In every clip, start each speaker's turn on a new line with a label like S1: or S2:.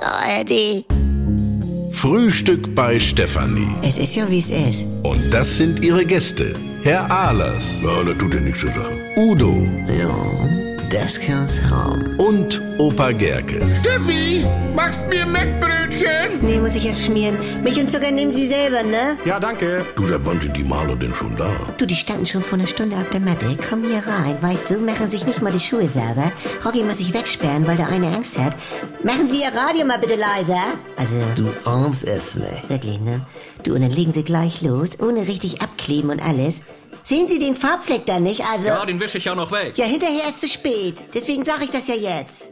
S1: ARD.
S2: Frühstück bei Stefanie.
S1: Es ist ja, wie es ist.
S2: Und das sind ihre Gäste. Herr Ahlers,
S3: Ja, da tut er nichts zu sagen.
S2: Udo
S1: Ja, das kann's haben.
S2: und Opa Gerke.
S4: Steffi, machst mir Mettbrötchen?
S1: Nee, muss ich jetzt schmieren. Milch und Zucker nehmen Sie selber, ne?
S5: Ja, danke.
S3: Du, seit wann sind die Maler denn schon da?
S1: Du, die standen schon vor einer Stunde auf der Matte. Komm hier rein. Weißt du, machen sich nicht mal die Schuhe sauber. Rocky muss sich wegsperren, weil der eine Angst hat. Machen Sie Ihr Radio mal bitte leiser. Also, du ahnst es nicht. Wirklich, ne? Du, und dann legen Sie gleich los, ohne richtig abkleben und alles. Sehen Sie den Farbfleck da nicht? Also...
S6: Ja, den wische ich ja noch weg.
S1: Ja, hinterher ist zu spät. Deswegen sage ich das ja jetzt.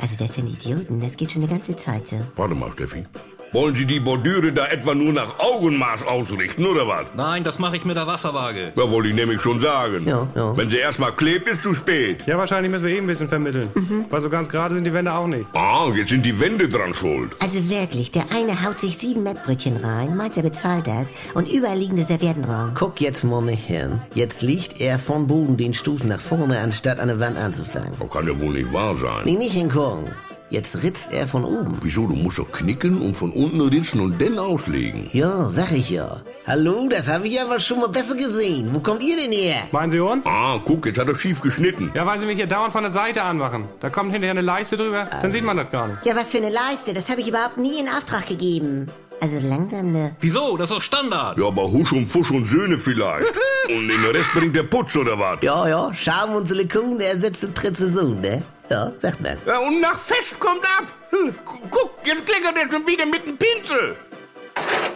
S1: Also das sind Idioten. Das geht schon eine ganze Zeit so.
S3: Warte mal, Steffi. Wollen Sie die Bordüre da etwa nur nach Augenmaß ausrichten, oder was?
S6: Nein, das mache ich mit der Wasserwaage.
S3: Da wollte ich nämlich schon sagen.
S1: Ja, ja.
S3: Wenn sie erstmal klebt, ist zu spät.
S5: Ja, wahrscheinlich müssen wir eben ein bisschen vermitteln. Weil so ganz gerade sind die Wände auch nicht.
S3: Ah, jetzt sind die Wände dran schuld.
S1: Also wirklich, der eine haut sich sieben Mettbrötchen rein, meint er bezahlt das und überall liegende Servietten drauf.
S7: Guck jetzt mal nicht hin. Jetzt liegt er vom Boden den Stufen nach vorne, anstatt an der Wand anzufangen.
S3: Das kann ja wohl nicht wahr sein.
S7: Nee, nicht hingucken. Jetzt ritzt er von oben.
S3: Wieso, du musst doch knicken und von unten ritzen und dann auslegen.
S7: Ja, sag ich ja. Hallo, das habe ich ja aber schon mal besser gesehen. Wo kommt ihr denn her?
S5: Meinen Sie uns?
S3: Ah, guck, jetzt hat er schief geschnitten.
S5: Ja, weil Sie mich hier dauernd von der Seite anmachen. Da kommt hinterher eine Leiste drüber, dann sieht man das gar nicht.
S1: Ja, was für eine Leiste. Das habe ich überhaupt nie in Auftrag gegeben. Also langsam, ne?
S6: Wieso? Das ist doch Standard.
S3: Ja, aber Husch und Fusch und Söhne vielleicht. und den Rest bringt der Putz, oder was?
S7: Ja, ja, Scham und Silikon ersetzt den Präzision, ne? Ja, sagt man.
S4: Ja, und nach Fest kommt ab. Hm, gu- Guck, jetzt klickert er schon wieder mit dem Pinsel.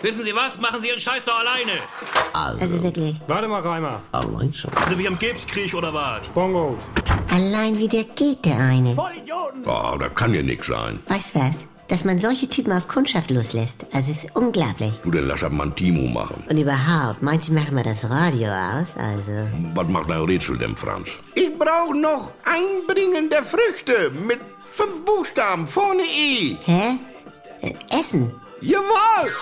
S6: Wissen Sie was? Machen Sie Ihren Scheiß doch alleine.
S1: Also
S7: Also,
S1: wirklich.
S5: Warte mal, Reimer.
S7: allein schon.
S6: Also wie am Gipskrieg oder was?
S5: Bongos.
S1: Allein wie der geht, der eine.
S3: Ah, das kann ja nix sein.
S1: Weißt was? Dass man solche Typen auf Kundschaft loslässt. Also ist unglaublich.
S3: Du, dann lass ab mal einen Timo machen.
S1: Und überhaupt, manche machen mal das Radio aus, also...
S3: Was macht dein Rätsel denn, Franz?
S4: Ich brauche noch Einbringen der Früchte mit fünf Buchstaben vorne E.
S1: Hä? Äh, Essen?
S4: Jawohl!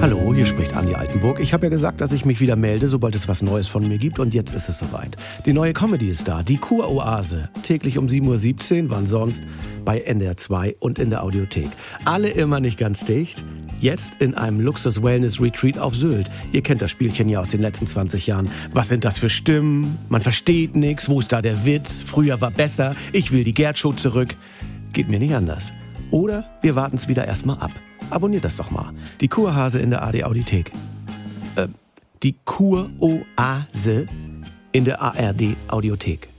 S8: Hallo, hier spricht Andi Altenburg. Ich habe ja gesagt, dass ich mich wieder melde, sobald es was Neues von mir gibt. Und jetzt ist es soweit. Die neue Comedy ist da, die Kuroase. Täglich um 7.17 Uhr, wann sonst? Bei NDR 2 und in der Audiothek. Alle immer nicht ganz dicht. Jetzt in einem Luxus-Wellness-Retreat auf Sylt. Ihr kennt das Spielchen ja aus den letzten 20 Jahren. Was sind das für Stimmen? Man versteht nichts. Wo ist da der Witz? Früher war besser. Ich will die Gerd-Show zurück. Geht mir nicht anders. Oder wir warten es wieder erstmal ab. Abonniert das doch mal. Die Kurhase in der AD Audiothek. Äh, die Kuroase in der ARD Audiothek.